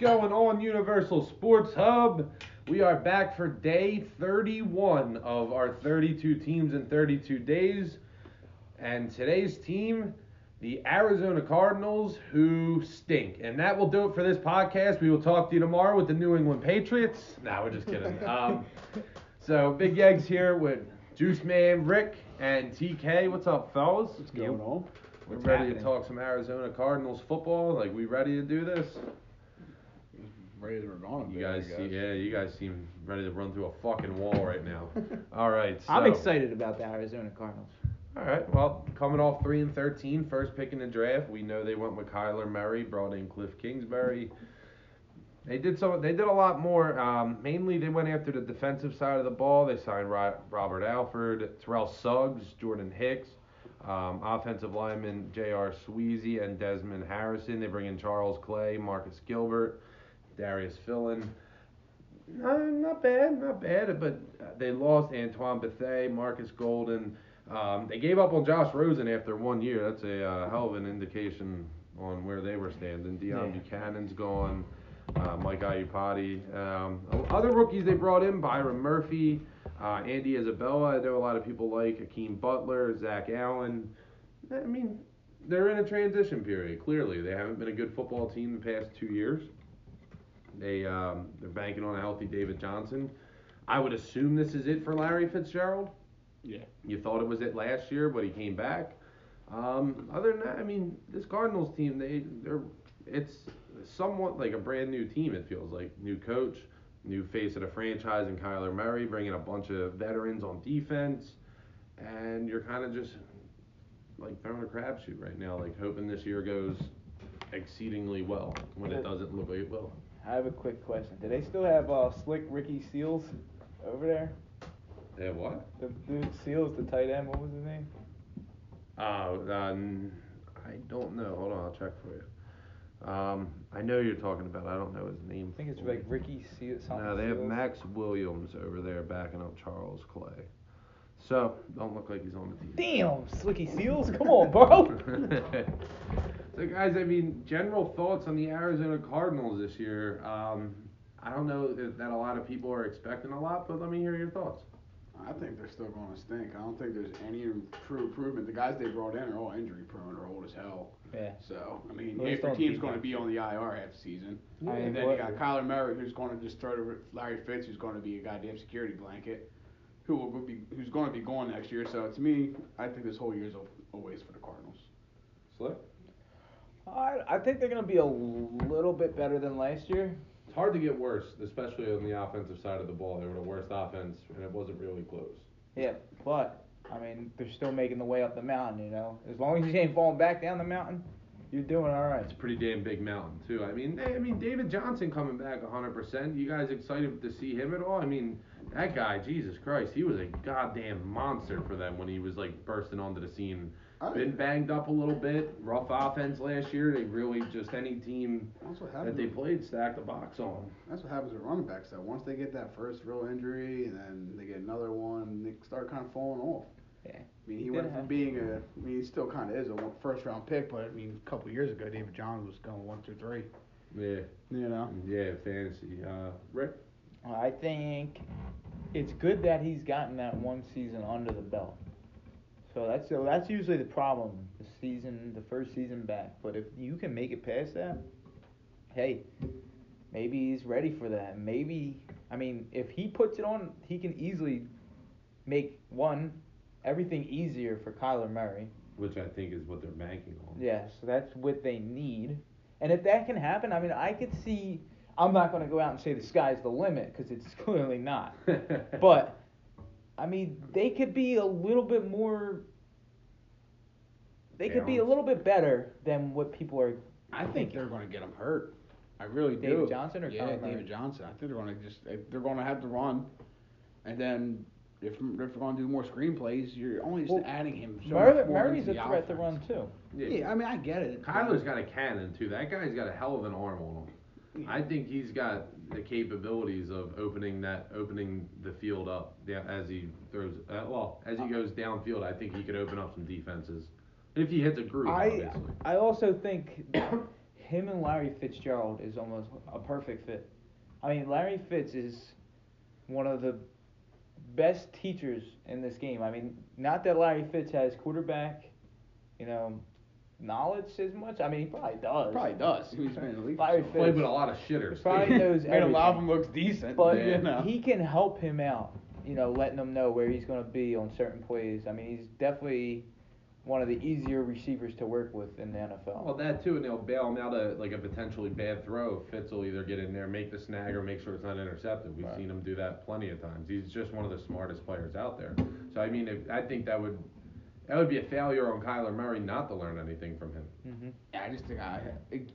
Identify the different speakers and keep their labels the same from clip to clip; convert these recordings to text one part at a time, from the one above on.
Speaker 1: going on, Universal Sports Hub? We are back for day 31 of our 32 teams in 32 days. And today's team, the Arizona Cardinals, who stink. And that will do it for this podcast. We will talk to you tomorrow with the New England Patriots. Nah, we're just kidding. um, so, Big Eggs here with Juice Man, Rick, and TK. What's up, fellas?
Speaker 2: What's going on?
Speaker 1: We're
Speaker 3: What's
Speaker 1: ready to
Speaker 3: happening?
Speaker 1: talk some Arizona Cardinals football. Like, we ready to do this?
Speaker 2: Rays are gone.
Speaker 3: Oh,
Speaker 1: You guys, see, yeah, you guys seem ready to run through a fucking wall right now. All right, so,
Speaker 3: I'm excited about the Arizona Cardinals.
Speaker 1: All right, well, coming off three and 13, first pick in the draft. We know they went with Kyler Murray, brought in Cliff Kingsbury. They did so. They did a lot more. Um, mainly, they went after the defensive side of the ball. They signed Ro- Robert Alford, Terrell Suggs, Jordan Hicks, um, offensive lineman J.R. Sweezy and Desmond Harrison. They bring in Charles Clay, Marcus Gilbert, Darius Fillin. No, not bad, not bad. But uh, they lost Antoine Bethea, Marcus Golden. Um, they gave up on Josh Rosen after one year. That's a uh, hell of an indication on where they were standing. Deion
Speaker 3: Yeah.
Speaker 1: Buchanan's gone. Uh, Mike Ayupati. Um, o- other rookies they brought in: Byron Murphy, uh, Andy Isabella. I know a lot of people like Akeem Butler, Zach Allen. I mean, they're in a transition period. Clearly, they haven't been a good football team the past two years. They um, they're banking on a healthy David Johnson. I would assume this is it for Larry Fitzgerald.
Speaker 2: Yeah.
Speaker 1: You thought it was it last year, but he came back. Um, other than that, I mean, this Cardinals team, they they're it's somewhat like a brand new team. It feels like new coach, new face of the franchise, and Kyler Murray bringing a bunch of veterans on defense, and you're kind of just like throwing a crapshoot right now, like hoping this year goes exceedingly well when it doesn't look like it will.
Speaker 3: I have a quick question. Do they still have uh, slick Ricky Seals over there?
Speaker 1: Yeah, what?
Speaker 3: The dude Seals, the tight end. What was his name?
Speaker 1: Uh, um, I don't know. Hold on, I'll check for you. Um, I know you're talking about. I don't know his name.
Speaker 3: I think it's like Ricky Seals. something
Speaker 1: No, they have
Speaker 3: Seals.
Speaker 1: Max Williams over there backing up Charles Clay. So don't look like he's on the team.
Speaker 3: Damn, Slicky Seals. Come on, bro.
Speaker 1: so guys, I mean, general thoughts on the Arizona Cardinals this year. Um, I don't know that that a lot of people are expecting a lot, but let me hear your thoughts.
Speaker 2: I think they're still going to stink. I don't think there's any im- true improvement. The guys they brought in are all injury prone or old as hell.
Speaker 3: yeah.
Speaker 2: So I mean,
Speaker 3: Well,
Speaker 2: half
Speaker 3: it's
Speaker 2: your
Speaker 3: on
Speaker 2: team's
Speaker 3: defense.
Speaker 2: going to be on the IR half the season,
Speaker 3: I mean,
Speaker 2: and then you
Speaker 3: what-
Speaker 2: got Kyler Murray who's going to just throw to Larry Fitz, who's going to be a goddamn security blanket, who will be who's going to be gone next year. So to me, I think this whole year's a, a waste for the Cardinals.
Speaker 1: Slick.
Speaker 3: I, I think they're gonna be a little bit better than last year.
Speaker 1: It's hard to get worse, especially on the offensive side of the ball. They were the worst offense, and it wasn't really close.
Speaker 3: Yeah, but I mean, they're still making the way up the mountain. You know, as long as you ain't falling back down the mountain, you're doing all right.
Speaker 1: It's a pretty damn big mountain too. I mean, I mean David Johnson coming back 100%. You guys excited to see him at all? I mean, that guy, Jesus Christ, he was a goddamn monster for them when he was like bursting onto the scene.
Speaker 2: Oh,
Speaker 1: Been
Speaker 2: yeah.
Speaker 1: banged up a little bit, rough offense last year. They really just any team
Speaker 2: That's what
Speaker 1: that
Speaker 2: happens.
Speaker 1: they played stacked the box on.
Speaker 2: That's what happens with running backs. Though once they get that first real injury, and then they get another one, they start kind of falling off.
Speaker 3: Yeah.
Speaker 2: I mean, he
Speaker 3: Yeah.
Speaker 2: went from being a. I mean, he still kind of is a one- first round pick, but I mean, a couple years ago, David Johns was going one through three.
Speaker 1: Yeah,
Speaker 2: You know.
Speaker 1: yeah, fantasy. Uh, Rick,
Speaker 3: I think it's good that he's gotten that one season under the belt. So that's so that's usually the problem, the season, the first season back. But if you can make it past that, hey, maybe he's ready for that. Maybe I mean, if he puts it on, he can easily make one everything easier for Kyler Murray.
Speaker 1: which I think is what they're banking on.
Speaker 3: Yeah, so that's what they need. And if that can happen, I mean, I could see. I'm not going to go out and say the sky's the limit because it's clearly not. But I mean, they could be a little bit more. They could be a
Speaker 1: Balanced.
Speaker 3: little bit better than what people are.
Speaker 2: I think
Speaker 3: Thinking.
Speaker 2: they're going to get him hurt. I really
Speaker 3: David
Speaker 2: do.
Speaker 3: Johnson or
Speaker 2: yeah,
Speaker 3: Kyler Murray?
Speaker 2: David Johnson. I think they're going to just they- they're going to have to run, and then if if they're going to do more screenplays, you're only just
Speaker 3: Well,
Speaker 2: adding him. So
Speaker 3: Murray,
Speaker 2: much more
Speaker 3: Murray's a
Speaker 2: into the
Speaker 3: threat to run
Speaker 2: offense.
Speaker 3: too.
Speaker 2: Yeah. I mean, I get it.
Speaker 1: Kyler's got a cannon too. That guy's got a hell of an arm on him. I think he's got the capabilities of opening that, opening the field up yeah, as he throws. Uh, well, as he goes downfield, I think he could open up some defenses if he hits a groove.
Speaker 3: I
Speaker 1: obviously.
Speaker 3: I also think him and Larry Fitzgerald is almost a perfect fit. I mean, Larry Fitz is one of the best teachers in this game. I mean, not that Larry Fitz has quarterback, you know, knowledge as much. I mean, he probably does.
Speaker 2: Probably does. He's been in the league. for
Speaker 3: Larry
Speaker 2: so long.
Speaker 1: Played with a lot of shitters.
Speaker 3: Probably
Speaker 1: too.
Speaker 3: knows
Speaker 2: Made a lot of
Speaker 3: everything.
Speaker 2: them looks decent.
Speaker 3: But
Speaker 2: you know.
Speaker 3: he can help him out, you know, letting him know where he's going to be on certain plays. I mean, he's definitely one of the easier receivers to work with in the NFL.
Speaker 1: Well, that too, and they'll bail him out a like a potentially bad throw. Fitz will either get in there, make the snag, or make sure it's not intercepted. We've
Speaker 3: Right.
Speaker 1: seen him do that plenty of times. He's just one of the smartest players out there. So I mean, if, I think that would that would be a failure on Kyler Murray not to learn anything from him.
Speaker 3: hmm
Speaker 2: I just think I, it,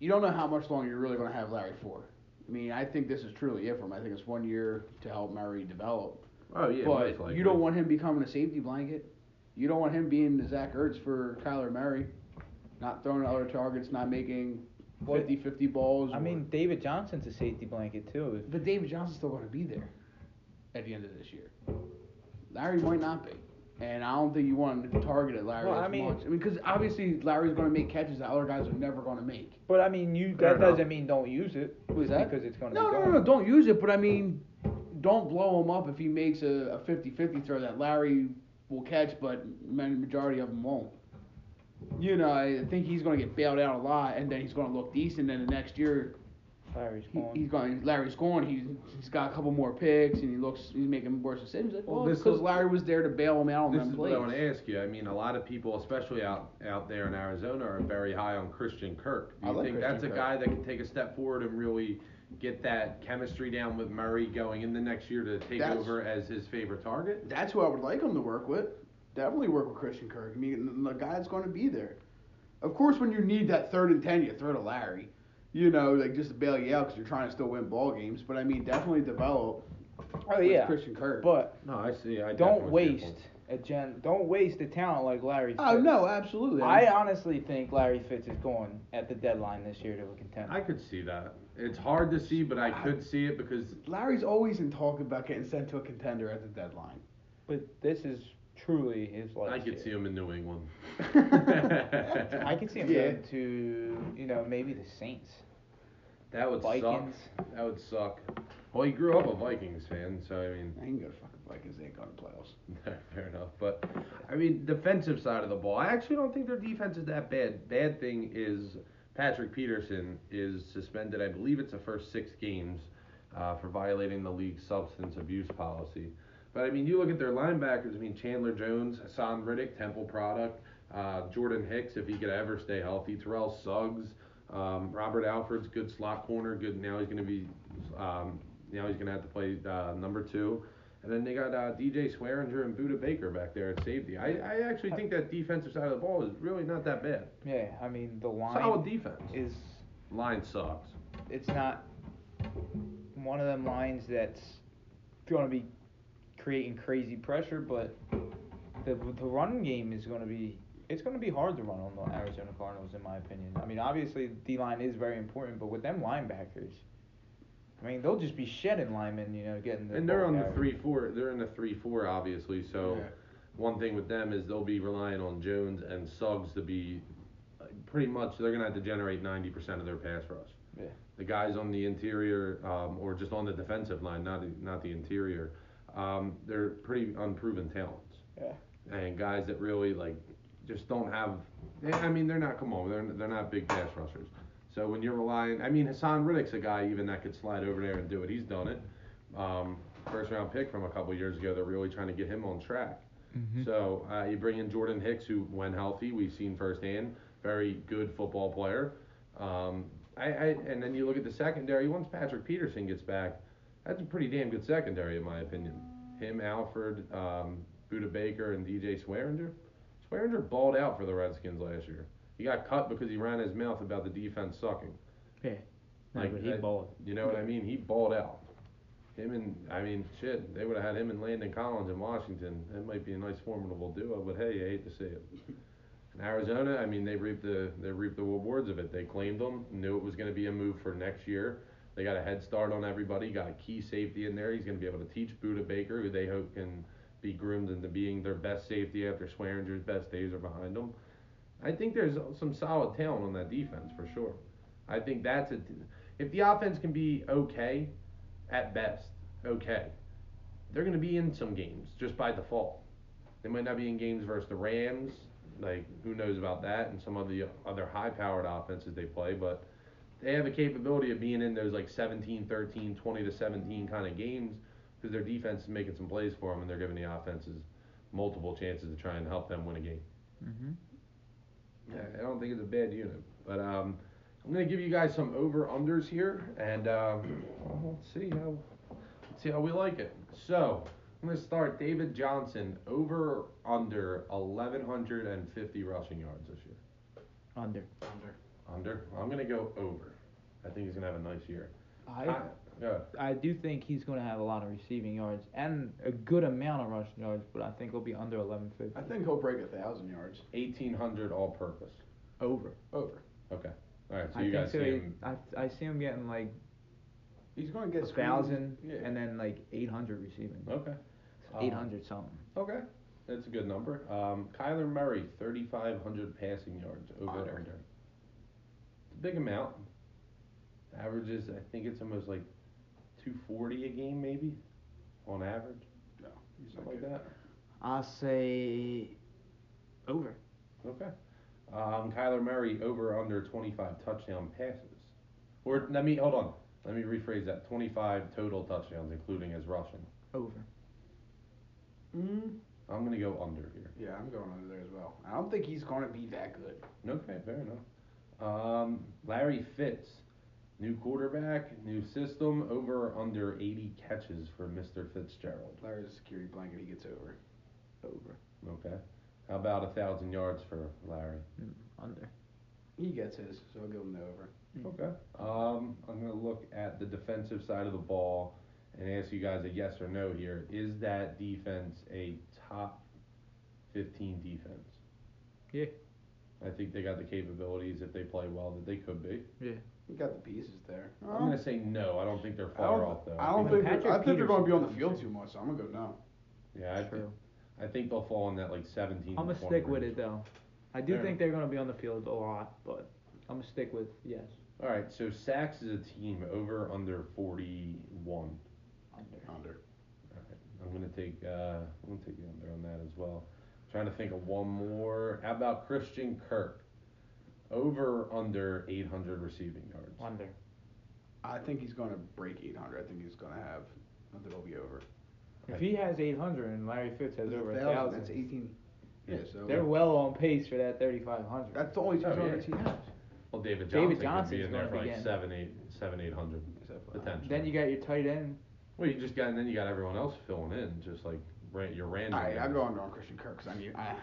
Speaker 2: you don't know how much longer you're really going to have Larry for. I mean, I think this is truly it for him. I think it's one year to help Murray develop.
Speaker 1: Oh yeah, most
Speaker 2: but
Speaker 1: likely.
Speaker 2: you don't want him becoming a safety blanket. You don't want him being the Zach Ertz for Kyler Murray, not throwing at other targets, not making
Speaker 3: Well,
Speaker 2: 50 50 balls.
Speaker 3: I
Speaker 2: or-
Speaker 3: mean, David Johnson's a safety blanket, too.
Speaker 2: but David Johnson's still going to be there at the end of this year. Larry might not be. And I don't think you want to target at Larry
Speaker 3: Well,
Speaker 2: as
Speaker 3: I mean-
Speaker 2: much. I mean, because obviously Larry's going to make catches that other guys are never going to make.
Speaker 3: But I mean, you
Speaker 1: Fair
Speaker 3: that
Speaker 1: enough.
Speaker 3: doesn't mean don't use it.
Speaker 2: Who's
Speaker 3: just
Speaker 2: that?
Speaker 3: Because it's going to
Speaker 2: No,
Speaker 3: be
Speaker 2: no,
Speaker 3: gone.
Speaker 2: no, no, don't use it, but I mean, don't blow him up if he makes a, a 50-50 throw that Larry will catch, but ma- majority of them won't. You know, I think he's going to get bailed out a lot, and then he's going to look decent, and the next year
Speaker 3: Larry's
Speaker 2: he,
Speaker 3: gone.
Speaker 2: he's going, Larry's going, he's, he's got a couple more picks, and he looks, he's making worse decisions. Like,
Speaker 1: Well,
Speaker 2: well,
Speaker 1: this
Speaker 2: because
Speaker 1: is-
Speaker 2: Larry was there to bail him out on
Speaker 1: This
Speaker 2: them
Speaker 1: is what I want
Speaker 2: plays.
Speaker 1: to ask you. I mean, a lot of people, especially out out there in Arizona, are very high on Christian Kirk. Do
Speaker 2: I
Speaker 1: you
Speaker 2: like
Speaker 1: think
Speaker 2: Christian
Speaker 1: that's a
Speaker 2: Kirk.
Speaker 1: guy that can take a step forward and really get that chemistry down with Murray going in the next year to take
Speaker 2: That's-
Speaker 1: over as his favorite target?
Speaker 2: That's who I would like him to work with. Definitely work with Christian Kirk. I mean, the guy that's going to be there. Of course, when you need that third and ten, you throw to Larry. You know, like just to bail you out because you're trying to still win ball games. But I mean, definitely develop.
Speaker 3: oh
Speaker 2: with
Speaker 3: yeah.
Speaker 2: Christian Kirk.
Speaker 3: But
Speaker 1: No, I see. I
Speaker 3: don't
Speaker 1: definitely see your
Speaker 3: waste
Speaker 1: point.
Speaker 3: a gen. Don't waste a talent like Larry.
Speaker 2: oh
Speaker 3: Fitz.
Speaker 2: no, absolutely.
Speaker 3: I honestly think Larry Fitz is going at the deadline this year to a contender.
Speaker 1: I could see that. It's hard to see, but I could see it because
Speaker 2: Larry's always in talk about getting sent to a contender at the deadline.
Speaker 3: but this is truly his last
Speaker 1: I could see
Speaker 3: year.
Speaker 1: him in New England.
Speaker 3: I could see him
Speaker 2: Yeah.
Speaker 3: going to you know maybe the Saints.
Speaker 1: That would
Speaker 3: Vikings.
Speaker 1: suck. That would suck. Well, he grew up a Vikings fan, so I mean,
Speaker 2: I can go to fucking Vikings. They ain't going to playoffs.
Speaker 1: fair enough. But I mean, defensive side of the ball, I actually don't think their defense is that bad. Bad thing is Patrick Peterson is suspended. I believe it's the first six games uh, for violating the league's substance abuse policy. But I mean, you look at their linebackers. I mean, Chandler Jones, Hassan Riddick, Temple product, uh, Jordan Hicks, if he could ever stay healthy, Terrell Suggs, um, Robert Alford's good slot corner. Good. Now he's going to be. Um, now he's going to have to play uh, number two. And then they got uh, DJ Swearinger and Buda Baker back there at safety. I, I actually think that defensive side of the ball is really not that bad.
Speaker 3: Yeah, I mean the line
Speaker 1: Solid defense.
Speaker 3: is
Speaker 1: Line sucks.
Speaker 3: it's not one of them lines that's going to be creating crazy pressure, but the the run game is going to be it's going to be hard to run on the Arizona Cardinals in my opinion. I mean, obviously D line is very important, but with them linebackers, I mean they'll just be shedding linemen, you know, getting the
Speaker 1: And they're
Speaker 3: ball
Speaker 1: on the
Speaker 3: carried.
Speaker 1: three four. They're in the three four obviously. So
Speaker 2: Yeah.
Speaker 1: one thing with them is they'll be relying on Jones and Suggs to be uh, pretty much. They're gonna have to generate ninety percent of their pass rush.
Speaker 3: Yeah.
Speaker 1: The guys on the interior um, or just on the defensive line, not the, not the interior. Um, they're pretty unproven talents.
Speaker 3: Yeah.
Speaker 1: And guys that really like just don't have. they- I mean, they're not. Come on, they're they're not big pass rushers. So when you're relying, I mean, Hassan Riddick's a guy even that could slide over there and do it. He's done it. Um, first round pick from a couple years ago. They're really trying to get him on track.
Speaker 3: Mm-hmm.
Speaker 1: So uh, you bring in Jordan Hicks, who, when healthy, we've seen firsthand, very good football player. Um, I, I and then you look at the secondary. Once Patrick Peterson gets back, that's a pretty damn good secondary, in my opinion. Him, Alfred, um, Buda Baker, and DJ Swearinger. Swearinger balled out for the Redskins last year. He got cut because he ran his mouth about the defense sucking.
Speaker 3: Yeah.
Speaker 1: No, Like, but he I-
Speaker 3: balled.
Speaker 1: You know what I mean? He balled out. Him and I mean, shit, they would have had him and Landon Collins in Washington. That might be a nice formidable duo, but hey, I hate to see it. In Arizona, I mean, they reaped the they reaped the rewards of it. They claimed them, knew it was going to be a move for next year. They got a head start on everybody. Got a key safety in there. He's going to be able to teach Buda Baker, who they hope can be groomed into being their best safety after Swearinger's best days are behind him. I think there's some solid talent on that defense for sure. I think that's a. If the offense can be okay, at best, okay, they're going to be in some games just by default. They might not be in games versus the Rams. Like who knows about that and some of the other high-powered offenses they play, but they have a capability of being in those like 17, 13, 20 to 17 kind of games because their defense is making some plays for them and they're giving the offenses multiple chances to try and help them win a game.
Speaker 3: Mm-hmm.
Speaker 1: Yeah, I don't think it's a bad unit. But um, I'm gonna give you guys some over unders here, and um, let's see how let's see how we like it. So I'm gonna start David Johnson over or under 1150 rushing yards this year.
Speaker 3: Under.
Speaker 4: Under.
Speaker 1: Under. I'm gonna go over. I think he's gonna have a nice year.
Speaker 3: I
Speaker 1: yeah.
Speaker 3: I do think he's going to have a lot of receiving yards and a good amount of rushing yards, but I think he'll be under 1150.
Speaker 4: I think he'll break a thousand yards.
Speaker 1: 1800 all purpose.
Speaker 3: Over.
Speaker 4: Over.
Speaker 1: Okay. All right. So
Speaker 3: I
Speaker 1: you
Speaker 3: think
Speaker 1: guys
Speaker 3: so.
Speaker 1: see
Speaker 3: He-
Speaker 1: him.
Speaker 3: I, I see him getting like
Speaker 4: He's going to
Speaker 3: a
Speaker 4: get screened.
Speaker 3: thousand
Speaker 4: Yeah.
Speaker 3: and then like 800 receiving.
Speaker 1: Okay. Um,
Speaker 3: 800 something.
Speaker 1: Okay. That's a good number. Um, Kyler Murray, 3,500 passing yards over
Speaker 4: Under.
Speaker 1: under. It's a big amount. Averages, I think it's almost like 240 a game, maybe, on average,
Speaker 4: no, he's not
Speaker 1: something like
Speaker 4: good.
Speaker 1: that.
Speaker 3: I say over.
Speaker 1: Okay. Um, Kyler Murray, over or under 25 touchdown passes. Or, let me, hold on. Let me rephrase that 25 total touchdowns, including his rushing.
Speaker 3: Over.
Speaker 4: Mm.
Speaker 1: I'm going to go under here.
Speaker 4: Yeah, I'm going under there as well. I don't think he's going to be that good.
Speaker 1: Okay, fair enough. Um, Larry Fitz, new quarterback, new system, over or under 80 catches for Mr. Fitzgerald.
Speaker 4: Larry's a security blanket. He gets over.
Speaker 3: Over.
Speaker 1: Okay. How about a thousand yards for Larry?
Speaker 3: Mm, under.
Speaker 4: He gets his, so I'll give him the over.
Speaker 3: Mm.
Speaker 1: Okay. Um, I'm gonna look at the defensive side of the ball and ask you guys a yes or no here. Is that defense a top 15 defense?
Speaker 3: Yeah.
Speaker 1: I think they got the capabilities if they play well that they could be.
Speaker 4: He got the pieces there.
Speaker 1: I'm gonna say no. I don't think they're
Speaker 4: I don't,
Speaker 1: far off though.
Speaker 4: I don't
Speaker 3: But
Speaker 4: think.
Speaker 3: Patrick
Speaker 4: they're- I think they're
Speaker 3: Peterson
Speaker 4: going to be on the
Speaker 3: can
Speaker 4: field
Speaker 3: shoot.
Speaker 4: too much. So I'm going to go no.
Speaker 1: Yeah, I, thi-
Speaker 3: True.
Speaker 1: I think they'll fall in that like 17.
Speaker 3: I'm gonna
Speaker 1: 20
Speaker 3: stick with
Speaker 1: range.
Speaker 3: it though. I do
Speaker 1: Fair
Speaker 3: think they're gonna be on the field a lot, but I'm gonna stick with yes.
Speaker 1: All right, so Sacks is a team over under 41.
Speaker 3: Under.
Speaker 1: Uh,
Speaker 4: Under.
Speaker 1: I'm gonna take uh, I'm gonna take the under on that as well. trying to think of one more. How about Christian Kirk? Over or under 800 receiving yards.
Speaker 3: Under.
Speaker 4: I think he's going to break 800. I think he's going to have. I think it'll be over.
Speaker 3: If he has 800 and Larry Fitz has over a
Speaker 4: That's
Speaker 3: thousand,
Speaker 4: 18. Yeah. So
Speaker 3: they're well on pace for that 3,500.
Speaker 4: That's the only two
Speaker 1: Oh, yeah.
Speaker 4: targets he has.
Speaker 1: Well, David Johnson
Speaker 3: David
Speaker 1: could be
Speaker 3: Johnson's
Speaker 1: in there
Speaker 3: gonna
Speaker 1: for
Speaker 3: be
Speaker 1: like
Speaker 3: getting-
Speaker 1: seven, eight, seven, eight hundred.
Speaker 4: Except for-
Speaker 1: Potential.
Speaker 3: Then you got your tight end.
Speaker 1: Well, you just got, and then you got everyone else filling in, just like ran, your random.
Speaker 4: All right, I'll
Speaker 1: guys.
Speaker 4: go under on Christian Kirk because I mean, I,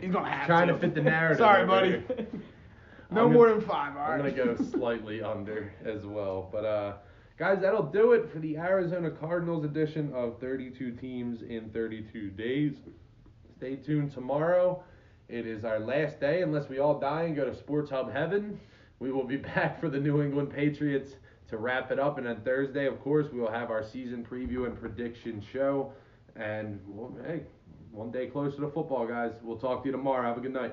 Speaker 4: he's going to have
Speaker 1: Trying to fit the narrative
Speaker 4: Sorry,
Speaker 1: over
Speaker 4: buddy.
Speaker 1: here.
Speaker 4: no
Speaker 1: I'm
Speaker 4: more
Speaker 1: gonna-
Speaker 4: than five. All
Speaker 1: I'm gonna
Speaker 4: right.
Speaker 1: go slightly under as well. But uh, guys, that'll do it for the Arizona Cardinals edition of 32 teams in 32 days. Stay tuned tomorrow. It is our last day unless we all die and go to Sports Hub Heaven. We will be back for the New England Patriots to wrap it up, and on Thursday, of course, we will have our season preview and prediction show. And well, hey, one day closer to football, guys. We'll talk to you tomorrow. Have a good night.